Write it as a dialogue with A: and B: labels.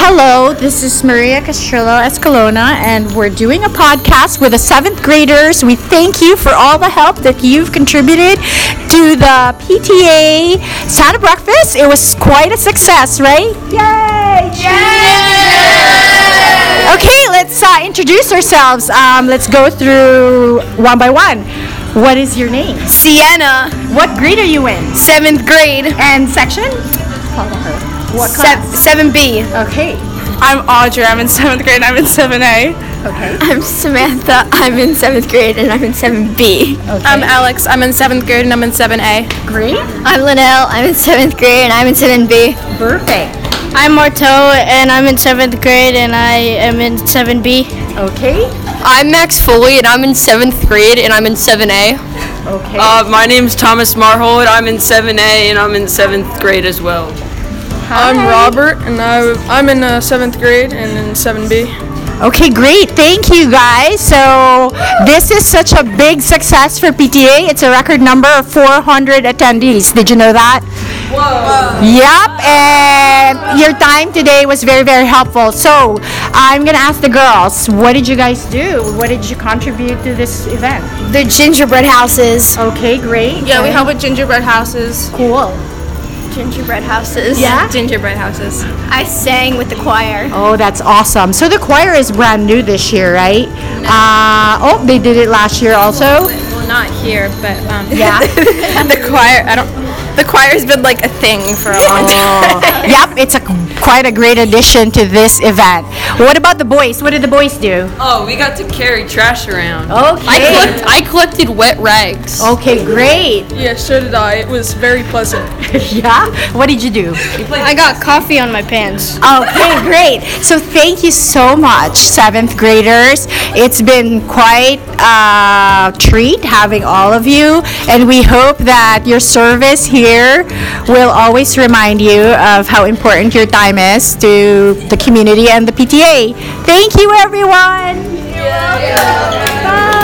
A: Hello, this is Maria Castrillo Escalona, and we're doing a podcast with the seventh graders. We thank you for all the help that you've contributed to the PTA Santa Breakfast. It was quite a success, right? Yay! Okay, let's uh, introduce ourselves. Um, let's go through one by one. What is your name?
B: Sienna,
A: What grade are you in?
B: seventh grade,
A: And section? Follow her. What class?
B: seven B.
A: Okay.
C: I'm Audrey. I'm in seventh grade. I'm in seven A.
A: Okay.
B: I'm Samantha. I'm in seventh grade and I'm in seven B.
C: am Alex. I'm in seventh grade and I'm in seven A.
A: Great.
B: I'm Linnell. I'm in seventh grade and I'm in seven B.
A: Perfect.
B: I'm Marteau and I'm in seventh grade and I am in seven B.
A: Okay.
B: I'm Max Foley and I'm in seventh grade and I'm in seven A.
A: Okay.
D: Uh, my name's Thomas Marhold. I'm in 7A and I'm in 7th grade as well.
C: am Robert, and I, I'm in uh, seventh grade and in seven B.
A: Okay, great. Thank you guys. So, this is such a big success for PTA. It's a record number of 400 attendees. Did you know that? Yep, and your time today was very, very helpful. So, I'm going to ask the girls, what did you guys do? What did you contribute to this event?
B: The gingerbread houses.
A: Okay, great.
C: Yeah, we help with gingerbread houses.
A: Cool.
B: Gingerbread houses.
A: Yeah?
C: Gingerbread houses.
B: I sang with the choir.
A: Oh, that's awesome. So, the choir is brand new this year, right? Uh, oh, they did it last year also?
C: Well, not here, but um,
A: Yeah.
C: the choir. I don't. The choir's been like a thing for a long time.
A: yep, it's a quite a great addition to this event. What about the boys? What did the boys do?
D: Oh, we got to carry trash around.
A: Okay.
B: I collected wet rags.
A: Okay, great.
C: yeah, so did I. It was very pleasant.
A: yeah. What did you do?
B: I got coffee on my pants.
A: Okay, Oh, great. So thank you so much, seventh graders. It's been quite a treat having all of you, and we hope that your service here will always remind you of how important your time is to the community and the PTA. Thank you, everyone. Bye.